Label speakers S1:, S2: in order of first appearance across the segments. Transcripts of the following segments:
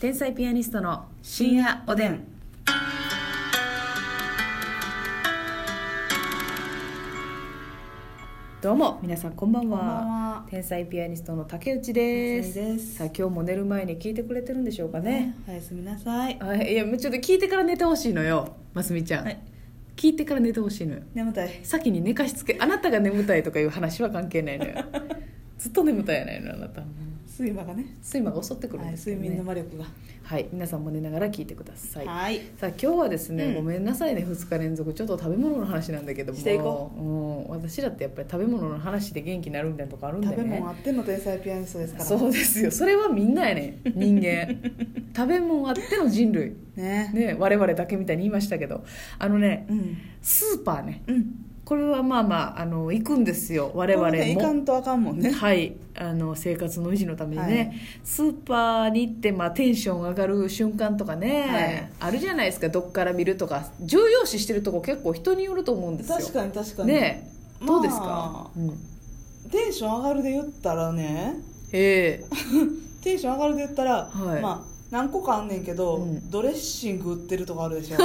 S1: 天才ピアニストの深夜おでんどうも皆さんこんばんは
S2: こんばんは
S1: 天才ピアニストの竹内です
S2: 竹内です
S1: さあ今日も寝る前に聞いてくれてるんでしょうかね、
S2: おやすみなさい
S1: あいやもうちょっと聞いてから寝てほしいのよますみちゃん、
S2: はい
S1: 聞いてから寝てほしいのよ
S2: 眠たい
S1: 先に寝かしつけあなたが眠たいとかいう話は関係ないの よずっと眠たいやないのあなた
S2: 睡魔がね
S1: 睡魔が襲ってくるん
S2: はい
S1: ですけ
S2: 睡
S1: ど、ね
S2: 眠の魔力が
S1: はい、皆さんも寝ながら聞いてください。
S2: はい
S1: さあ今日はですね、
S2: うん
S1: ごめんなさいね2日連続ちょっと食べ物の話なんだけども
S2: していこ
S1: う、ん、私だってやっぱり食べ物の話で元気になるみたいなとこあるんでね
S2: 食べ物あっての天才ピアニストですから
S1: そうですよそれはみんなやね人 間食べ物あっての人類
S2: ね
S1: ね我々だけみたいに言いましたけどあのね
S2: うん
S1: スーパーね
S2: うん
S1: これはまあまああの行くんですよ我々も、
S2: これねいかんとあかんもんね
S1: はい、あの生活の維持のためにね、
S2: はい
S1: スーパーに行って、まあ、テンション上がる瞬間とかね、あるじゃないですかどっから見るとか重要視してるとこ結構人によると思うんですよ
S2: 確かに確かに
S1: ねえどうですか、
S2: ま
S1: うん、
S2: テンション上がるで言ったらね
S1: ええ
S2: テンション上がるで言ったら
S1: はい
S2: まあ何個かあんねんけ
S1: う
S2: ど
S1: ん
S2: ドレッシング売ってるとこある でしょ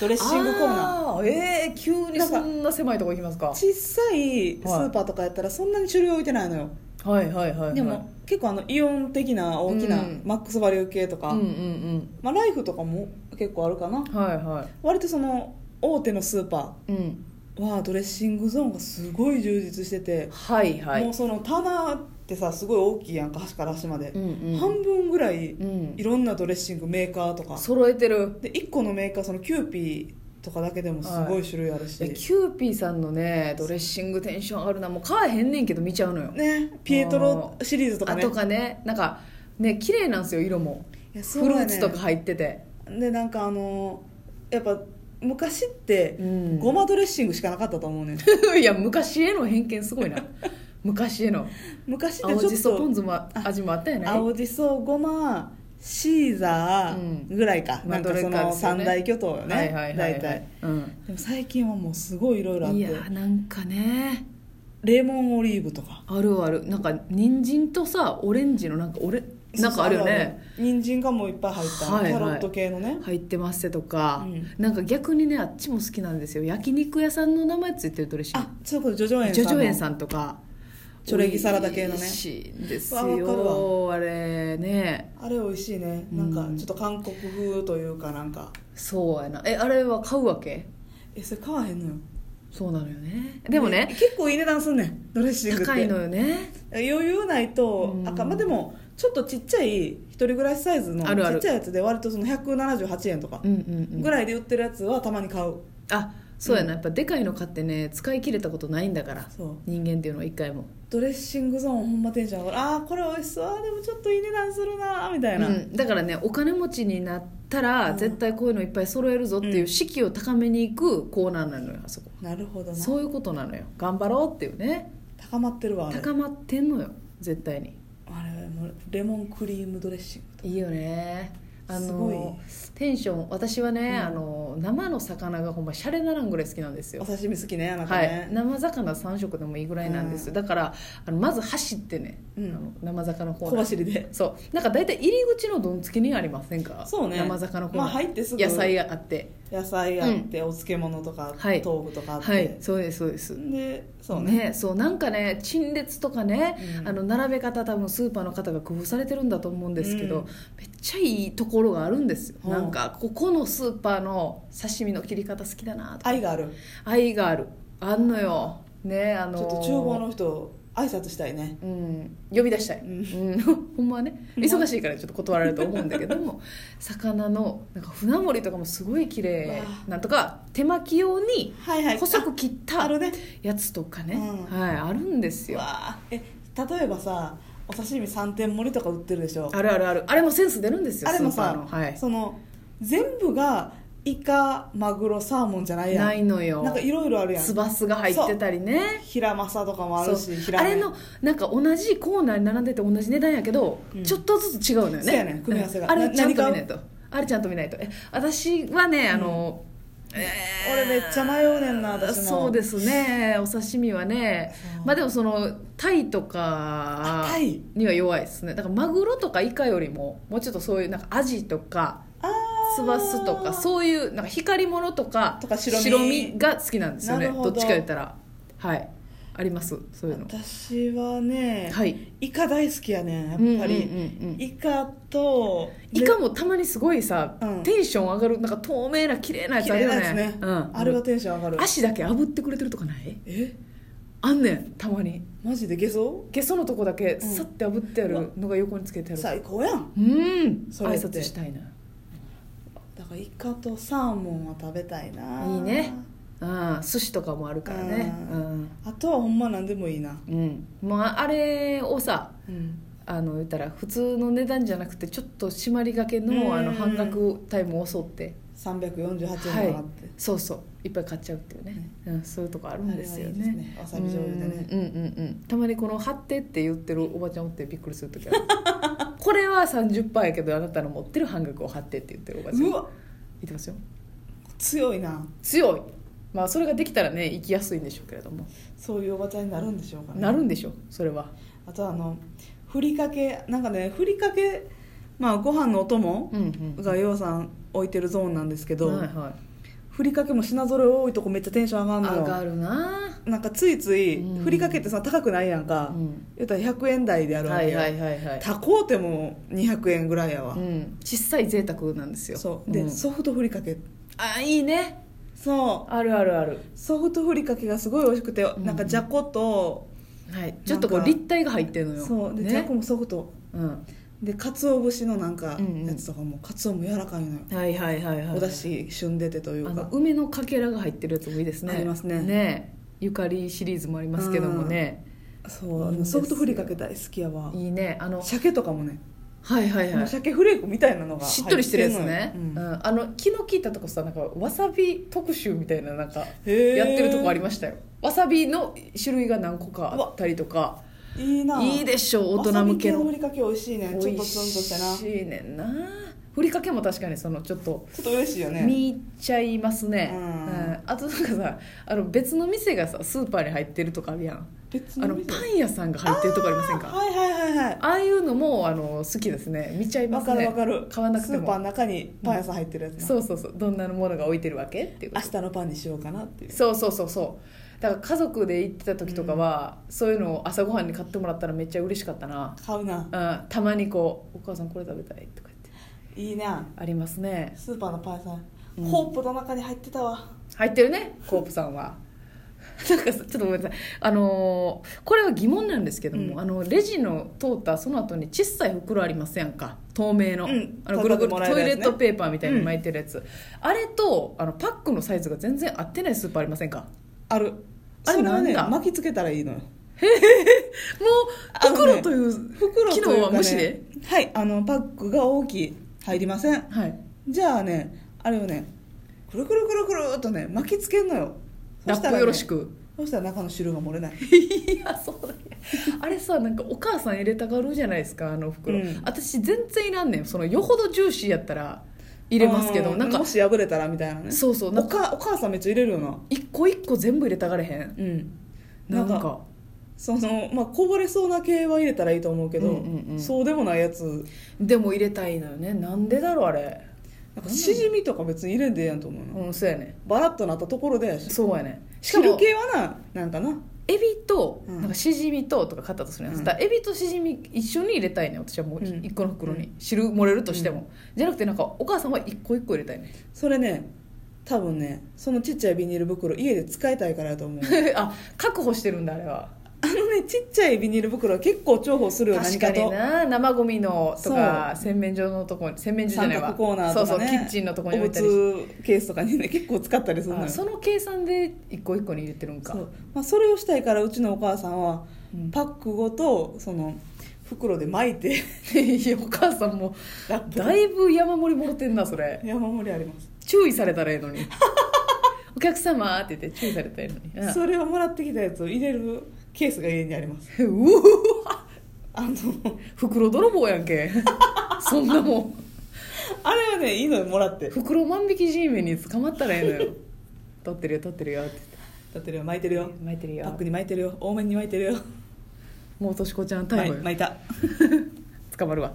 S2: ドレッシングコーナー
S1: あーええ急にそんな狭いとこ行きますか
S2: 小さいスーパーとかやったらそんなに種類置いてないのよ
S1: はいはいはい、はい、
S2: でも結構あのイオン的な大きな
S1: うん
S2: マックスバリュー系とか、
S1: うんうん
S2: まあ、ライフとかも結構あるかな
S1: うんはいは
S2: 割とその大手のスーパ
S1: い、うん、
S2: ーはドレッシングゾーンがすごい充実してて、
S1: はいはい
S2: もうその棚ってさすごい大きいやんか端から端まで、
S1: うんうん
S2: 半分ぐらい
S1: うん
S2: いろんなドレッシングメーカーとか
S1: 揃えてる
S2: で1個のメーカーそのキューピーとかだけでもすごい種類あるし、
S1: えキューピーさんのねドレッシングテンション上がるなもう買えへんねんけど見ちゃうのよ、
S2: ねピエトロシリーズとか
S1: あ
S2: ね
S1: とかねなんかね綺麗なんですよ色も、
S2: いや
S1: フ
S2: そう
S1: ルー
S2: やね
S1: ツとか入ってて
S2: でなんかあのやっぱ昔って
S1: うん
S2: ごまドレッシングしかなかったと思 うねん
S1: いや昔への偏見すごいな昔への
S2: 昔って
S1: 青じ
S2: ち
S1: そポ
S2: ょっ
S1: ン
S2: と
S1: 酢もあ味もあったよね
S2: 青じそごまシーザ
S1: うん
S2: ーぐらいか、
S1: まあ
S2: なんかそ
S1: どれか
S2: の
S1: ですよ
S2: 三
S1: ね
S2: 大巨頭よね、
S1: はいはいはい、
S2: 大体、
S1: うん、
S2: でも最近はもうすごいいろいろあっ
S1: い
S2: て
S1: やなんかね
S2: レモンオリーブとか
S1: あるあるなんか人参とさオレンジのなんかオレなんかあるよね
S2: そうそう人参がもういっぱい入った、
S1: はいはい
S2: キャロット系のね
S1: 入ってますせとか、
S2: うん
S1: なんか逆にねあっちも好きなんですよ焼肉屋さんの名前ついてるドレッシング
S2: あそういうことジョジョ園さ
S1: ジ
S2: ん
S1: ョ
S2: の
S1: ジョ園さんとか
S2: チョレギサラダ系のね
S1: 美味しいんです
S2: わかる
S1: よあれね
S2: あれ美味しいねなんかちょっと韓国風というかなんか
S1: そうやなえあれは買うわけ
S2: えそれ買わへんのよ
S1: そうなのよねでもね
S2: 結構いい値段すんねんドレッシングって
S1: 高いのよね
S2: 余裕ないと
S1: うん
S2: あかんまあでもちょっとちっちゃい一人暮らしサイズのち
S1: あるある
S2: っちゃいやつで割とその178円とか
S1: うんうんうん
S2: ぐらいで売ってるやつはたまに買う、
S1: あそうやなやっぱでかいの買ってね使い切れたことないんだから
S2: そう
S1: 人間っていうのは一回も、
S2: ドレッシングゾーンほんまテンション上がるああこれ美味しそうあーでもちょっといい値段するなーみた
S1: う
S2: いな、
S1: ん、だからねお金持ちになったら
S2: うん
S1: 絶対こういうのいっぱい揃えるぞっていう
S2: うん
S1: 士気を高めに行くコーナーなのよあそこ
S2: なるほどな
S1: そういうことなのよ頑張ろうっていうね
S2: 高まってるわあれ
S1: 高まってんのよ絶対に
S2: あれもうレモンクリームドレッシング
S1: いいよねあ
S2: すごい
S1: のテンション私はね、
S2: うん
S1: あの生の魚がほんまシャレならんぐらい好きなんです
S2: お
S1: よ
S2: 刺身好きねあなた
S1: はい、
S2: ね、
S1: 生魚3食でもいいぐらいなんです、
S2: うん
S1: だからあのまず走ってね、
S2: うん
S1: あの生魚コー
S2: 小
S1: ナー
S2: 走りで
S1: そうなんか大体入り口のどんつきにありませんか
S2: そうね
S1: 生魚コーナー、
S2: まあ入ってすぐ
S1: 野菜があって
S2: 野菜あって、お漬物とか、
S1: はい
S2: 豆腐とかあって、
S1: はいそうですそうです
S2: でそうね
S1: ねそうなんかね陳列とかね、
S2: うん
S1: あの並べ方多分スーパーの方が工夫されてるんだと思うんですけど、
S2: うん
S1: めっちゃいいところがあるんですよ、
S2: うん
S1: なんかここのスーパーの刺身の切り方好きだなとか
S2: 愛がある
S1: 愛があるあんのよねあの
S2: ちょっと厨房の人挨拶したいね
S1: うん、呼び出したい、う
S2: うん
S1: ほんまは ね忙しいからちょっと断られると思うんだけど も魚のなんか船盛りとかもすごい綺麗
S2: わあ
S1: なんとか手巻き用に
S2: はいはい
S1: 細く切っ
S2: あ
S1: た
S2: あるね
S1: やつとかね、
S2: う
S1: はい、あるんですよ
S2: わあえ例えばさお刺身3点盛りとか売ってるでしょ
S1: あるあるあるあれもセンス出るんですよ
S2: あれも
S1: スー
S2: さ
S1: パーの、はい、
S2: その全部がイカマグロサーモンじゃないやん
S1: ないのよ
S2: なんかいろいろあるやん
S1: つばすが入ってたりね
S2: ヒラマサとかもあるし
S1: そう
S2: ヒ
S1: あ
S2: ラメ
S1: れのなんか同じコーナーに並んでて同じ値段やけど、
S2: うん
S1: ちょっとずつ違うのよね
S2: そうやね組み合わせが
S1: うんあれ
S2: な
S1: ちゃんと見
S2: 何買う
S1: ないとあれちゃんと見ないとえ私はねあの、えー
S2: 俺めっちゃ迷うねんな私も
S1: そうですねお刺身はね
S2: そう
S1: まあでもそのタイと
S2: あ
S1: か
S2: タイ
S1: には弱いですねだからマグロとかイカよりももうちょっとそういうなんかアジとか
S2: あ
S1: スバスとか
S2: う
S1: そういうなんか光り物とか
S2: とか白身
S1: が好きなんですよね
S2: なる
S1: ど
S2: ほど
S1: っちか言ったらはいありますそういうの
S2: 私はね、
S1: はい
S2: イカ大好きやねんやっぱり、
S1: うんうんうんうん
S2: イカと
S1: イカもたまにすごいさ、
S2: うん
S1: テンション上がるなんか透明な綺麗なやつあるよね
S2: 綺麗なやつね
S1: うん、
S2: あれはテンション上がる
S1: 足だけ炙ってくれてるとかない
S2: え
S1: あんねんたまに
S2: マジでゲソ
S1: ゲソのとこだけ
S2: ん
S1: さって炙ってあるのが横につけてある
S2: 最高やん
S1: うん
S2: それ
S1: 挨
S2: って
S1: 拶したいな
S2: だからイカとサーモンは食べたいない
S1: いねああ寿司とかもあるからね
S2: う
S1: うん、
S2: あとはほんま何でもいいな
S1: うん、まああれをさ
S2: うん
S1: あの言ったら普通の値段じゃなくてちょっと締まりがけ
S2: うん
S1: のあの半額タイムを襲って
S2: 348円かなって、
S1: そうそういっぱい買っちゃうっていうね、うん、そういうとこあるんですよ
S2: あれはいい
S1: ね
S2: ですねわさび醤油でね
S1: うんうんうんうんたまにこの「貼って」って言ってるおばちゃんおってびっくりする時ある これは30%やけどあなたの持ってる半額を貼ってって言ってるおばちゃん
S2: うわ
S1: いてますよ
S2: 強いな
S1: 強いまあそれができたらね生きやすいんでしょうけれども
S2: そういうおばちゃんになるんでしょうかね
S1: なるんでしょうそれは
S2: あとあのふりかけなんかねふりかけまあご飯のお供
S1: うんうん
S2: がようさん置いてるゾーンなんですけど、
S1: はいはい
S2: ふりかけも品揃え多いとこめっちゃテンション上がるの
S1: 上
S2: よ
S1: がるな
S2: なんかついつい
S1: うん
S2: ふりかけってさ高くないやん
S1: あ
S2: か、
S1: うん
S2: 言ったら100円台であるわ
S1: は
S2: け
S1: い
S2: よ、
S1: はいはいはい
S2: 高うても200円ぐらいやわ、
S1: うん小さい贅沢なんですよ
S2: そうで、
S1: ん
S2: ソフトふりかけ
S1: あいいね
S2: そう
S1: あるあるある
S2: ソフトふりかけがすごい美味しくて、
S1: ん
S2: なんかじゃこと
S1: はいちょっとこう
S2: なんか
S1: 立体が入ってるのよ
S2: そうで、じゃ
S1: ね
S2: こもソフト
S1: うん
S2: で鰹節のなんか
S1: うんうん
S2: やつとかも鰹も柔らかいのよ
S1: はいはいはいはい
S2: おだし旬出てという
S1: あの
S2: か
S1: 梅のかけらが入ってるやつもいいですね
S2: ありますね
S1: ねゆかりシリーズもありますけどもね
S2: そ
S1: い
S2: うあ
S1: いん
S2: の
S1: ですよ
S2: ソフトふりかけ大好きやわ
S1: いいねあの
S2: 鮭とかもね
S1: はいはい
S2: も
S1: は
S2: う
S1: い
S2: 鮭フレークみたいなのが
S1: しっとりしてるやつ
S2: 入っ
S1: ね
S2: て、ん
S1: う
S2: のよ
S1: んあの気の利いたとこさなんかわさび特集みたいななんかやっ
S2: うんへー
S1: てるとこありましたよわさびの種類が何個かあったりとか
S2: いいない
S1: いいでしょう大人向け
S2: わさ
S1: の
S2: び系のふりかけ美味しいねちょっとツン
S1: 美
S2: と
S1: 味
S2: してな
S1: しいねんなふりかけも確かにそのちょっと
S2: ちょっと嬉しいよね
S1: 見入っちゃいますね、
S2: うん
S1: うんあとなんかさあの別の店がさスーパーに入ってるとかあるやん
S2: 別
S1: あの
S2: 店
S1: パン屋さんが入ってるとこありませんかあ
S2: はいはいはいはい
S1: あいうのもあの好きですね見ちゃいま
S2: わ
S1: す
S2: か
S1: ね
S2: るわかる
S1: 買わなくて
S2: スーパー
S1: も
S2: の中にパン屋さん入ってるやつな
S1: そうそうそうどんなものが置いてるわけっていうこ
S2: 明
S1: と
S2: 日のパンにしようかなっていう
S1: そうそうそうそうだから家族で行ってた時とかは、そういうのを朝ごはんに買ってもらったらめっちゃ嬉しかったな、
S2: 買うな
S1: うん、たまにこう「お母さんこれ食べたい」とか言って
S2: いいな
S1: ありますね
S2: スーパーのパン屋さん、
S1: うん
S2: ホープの中に入ってたわ
S1: 入ってるねコープさんは なんかさちょっとごめんなさいあのーこれは疑問なんですけども、
S2: うん
S1: あのレジの通ったその後に小さい袋ありませんか透明の,、
S2: うん
S1: あのぐるぐるト
S2: 買ってもら
S1: イ
S2: える
S1: レ
S2: や
S1: ッ
S2: つね
S1: トペーパーみたいに巻いてるやつ、あれとあのパックのサイズが全然合ってないスーパーありませんか
S2: ある
S1: あ
S2: あ
S1: れ
S2: れはね
S1: なんだ
S2: 巻きつけたらいいのよ
S1: も
S2: あ
S1: う
S2: の
S1: 袋
S2: ね
S1: という
S2: 袋というか、ね、
S1: 機能は無視で
S2: はいあのパックが大きい入りません
S1: はい
S2: じゃあねあれをねくるくるくるくるっとね巻きつけんのよ
S1: ラップよろしく、
S2: そしたら中の汁が漏れない
S1: いやそうだね あれさなんかお母さん入れたがるじゃないですかあの袋、
S2: うん
S1: 私全然いらんねんそのよほどジューシーやったら入れますけど
S2: うん
S1: なんか
S2: もし破れたらみたいなね
S1: そうそうなん
S2: お
S1: か
S2: かお母さんめっちゃ入れるよな
S1: 一個一個全部入れたがれへん
S2: うん
S1: な
S2: なんん
S1: か
S2: かそのまあこぼれそうな系は入れたらいいと思うけど、
S1: うんうんうん
S2: そうでもないやつ
S1: でも入れたいのよねなんでだろうあれ
S2: なんかしじみとか別に入れんでええやんと思うな、
S1: うんそうやね
S2: バラッとなったところで
S1: そうやねしか
S2: 汁
S1: も
S2: 系はななんかな
S1: エビと
S2: うん
S1: なんかしじみととか買ったとするやん、
S2: うん
S1: だからエビとしじみ一緒に入れたいね私はもう
S2: うん
S1: 一個の袋に、汁漏れるとしても、じゃなくてなんかお母さんは一個一個入れたいね
S2: それね多分ねそのちっちゃいビニール袋家で使いたいからや と思う
S1: あ確保してるんだあれは
S2: あのねちっちゃいビニール袋は結構重宝するよ
S1: 確
S2: 何
S1: か
S2: か
S1: に
S2: と
S1: な生ゴミのとか洗面所のとこに洗面所じゃ
S2: 三
S1: ないわ
S2: 角コーナーとか、ね、
S1: そうそうキッチンのとこに置いたり
S2: お
S1: して
S2: 仏ケースとかにね結構使ったりするのよ
S1: あその計算で一個一個に入れてるんか
S2: そうまあ、それをしたいからうちのお母さんは
S1: うん
S2: パックごとその袋で巻いて
S1: いやお母さんも
S2: ラップ
S1: だいぶ山盛りもろてんなそれ
S2: 山盛りあります
S1: 注意されたらええのに お客様って言って注意されたらええのに
S2: それをもらってきたやつを入れるケースが家にあります
S1: ううわ
S2: あの
S1: 袋泥棒やんけ そんなもん
S2: あれはねいいのよもらって
S1: 袋万引き G メンに捕まったらええのよ撮ってるよ撮ってるよ」って言って
S2: 立ってるよ巻いてるよ
S1: 巻いてる
S2: パッ
S1: よ
S2: クに巻いてるよ多めに巻いてるよ
S1: もうとしこちゃん逮
S2: 巻い
S1: 捕よ、
S2: 巻いた、
S1: 捕まるわ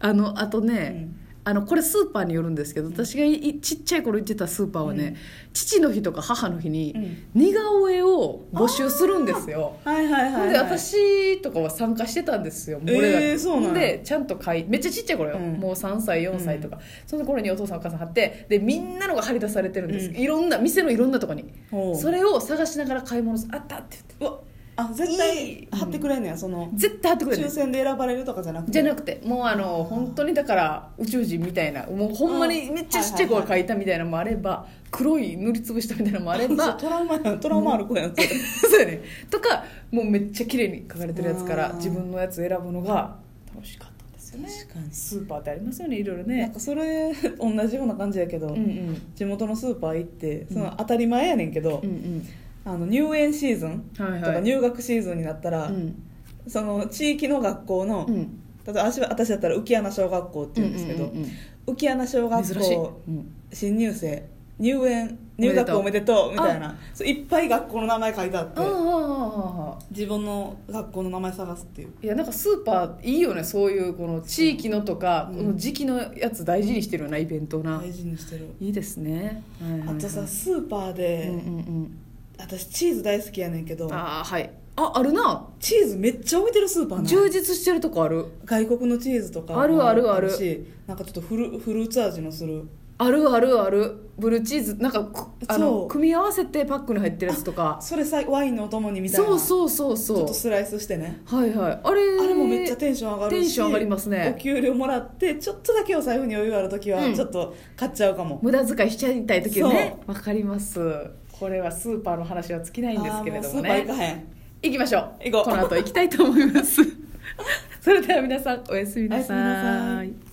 S1: あのあとね、
S2: うん
S1: あのこれスーパーによるんですけど私がいいちっちゃい頃行ってたスーパーはね、父の日とか母の日
S2: う
S1: に
S2: ん
S1: 似顔絵を募集するんですよ、
S2: はいはいはい、はい、
S1: で私とかは参加してたんですよ、
S2: えー
S1: 俺らが
S2: そうなんや
S1: でちゃんと書いめっちゃちっちゃい頃よ、
S2: うん
S1: もう3歳4歳とか、その頃にお父さんお母さん貼ってでみんなのが貼り出されてるんです、
S2: うん
S1: いろんな店のいろんなとこに
S2: ほう
S1: それを探しながら買い物するあったって言って
S2: うわあ絶
S1: いい
S2: 対貼ってくれんねやその
S1: 絶対貼ってくれる
S2: 抽選で選ばれるとかじゃなくて
S1: じゃなくてもうあの本当にだから宇宙人みたいなもうほんまに
S2: あー
S1: めっちゃちっちゃい子が描いたみたいなのもあれば黒い塗りつぶしたみたいなのもあれば
S2: トラウマやんトラウマある子やんそれ
S1: そうやねとかもうめっちゃ綺麗に描かれてるやつから
S2: あー
S1: 自分のやつ選ぶのが楽しかったんですよね
S2: かに
S1: スーパーってありますよねいろいろ
S2: なん
S1: ね
S2: かそれ同じような感じやけど、
S1: うんうん
S2: 地元のスーパー行って
S1: ん
S2: その当たり前やねんけど、
S1: うん
S2: あの入園シーズン
S1: うんはい
S2: と
S1: はい
S2: か入学シーズンになったら、
S1: うん
S2: その地域の学校の、
S1: うん
S2: 例えば私は私だったら浮穴小学校って言うんですけど、
S1: うんうんうん
S2: 浮穴
S1: う
S2: 小
S1: ん
S2: 学
S1: 珍しい、
S2: 校
S1: うん、
S2: 新入生入園入学おめでとうみたいなそういっぱい学校の名前書いてあって
S1: あーあーあー
S2: 自分の学校の名前探すっていう
S1: いやなんかスーパーいいよねそういうこの地域のとか、
S2: うん
S1: この時期のやつ大事にしてるようなイベントな、
S2: 大事にしてる
S1: いいですね、はいはいは
S2: あ
S1: い
S2: とさスーパー
S1: うん
S2: で、
S1: うん
S2: 私チーズ大好きやねんけ
S1: う
S2: ど
S1: んああはいああるな
S2: チーズめっちゃ置いてるスーパーな
S1: 充
S2: い
S1: 実してるとこある
S2: 外国のチーズとかも
S1: あるあるある
S2: しなんかちょっとフルフルーツ味のする
S1: あるあるあるブルーチーズなんかくあ
S2: そ
S1: の
S2: う
S1: 組み合わせてパックに入ってるやつとか
S2: それさワインのお供にみたいな
S1: そうそうそう
S2: ち
S1: そ
S2: ょっ
S1: う
S2: とスライスしてね
S1: はいはいあれ
S2: あれもめっちゃテンション上がるし
S1: テンション上がりますね
S2: お給料もらってちょっとだけお財布に余裕ある時
S1: う
S2: は
S1: ん
S2: ちょっと買っちゃうかも、
S1: 無駄遣いしちゃいたい時はねわかりますこれはスーパーの話は尽きないんですけれども
S2: あーうスーパー行
S1: ね
S2: かへん
S1: 行きましょう
S2: 行こう
S1: この後行きたいと思いますそれでは皆さんおやすみな
S2: おやすみ
S1: さ
S2: なさ
S1: い
S2: い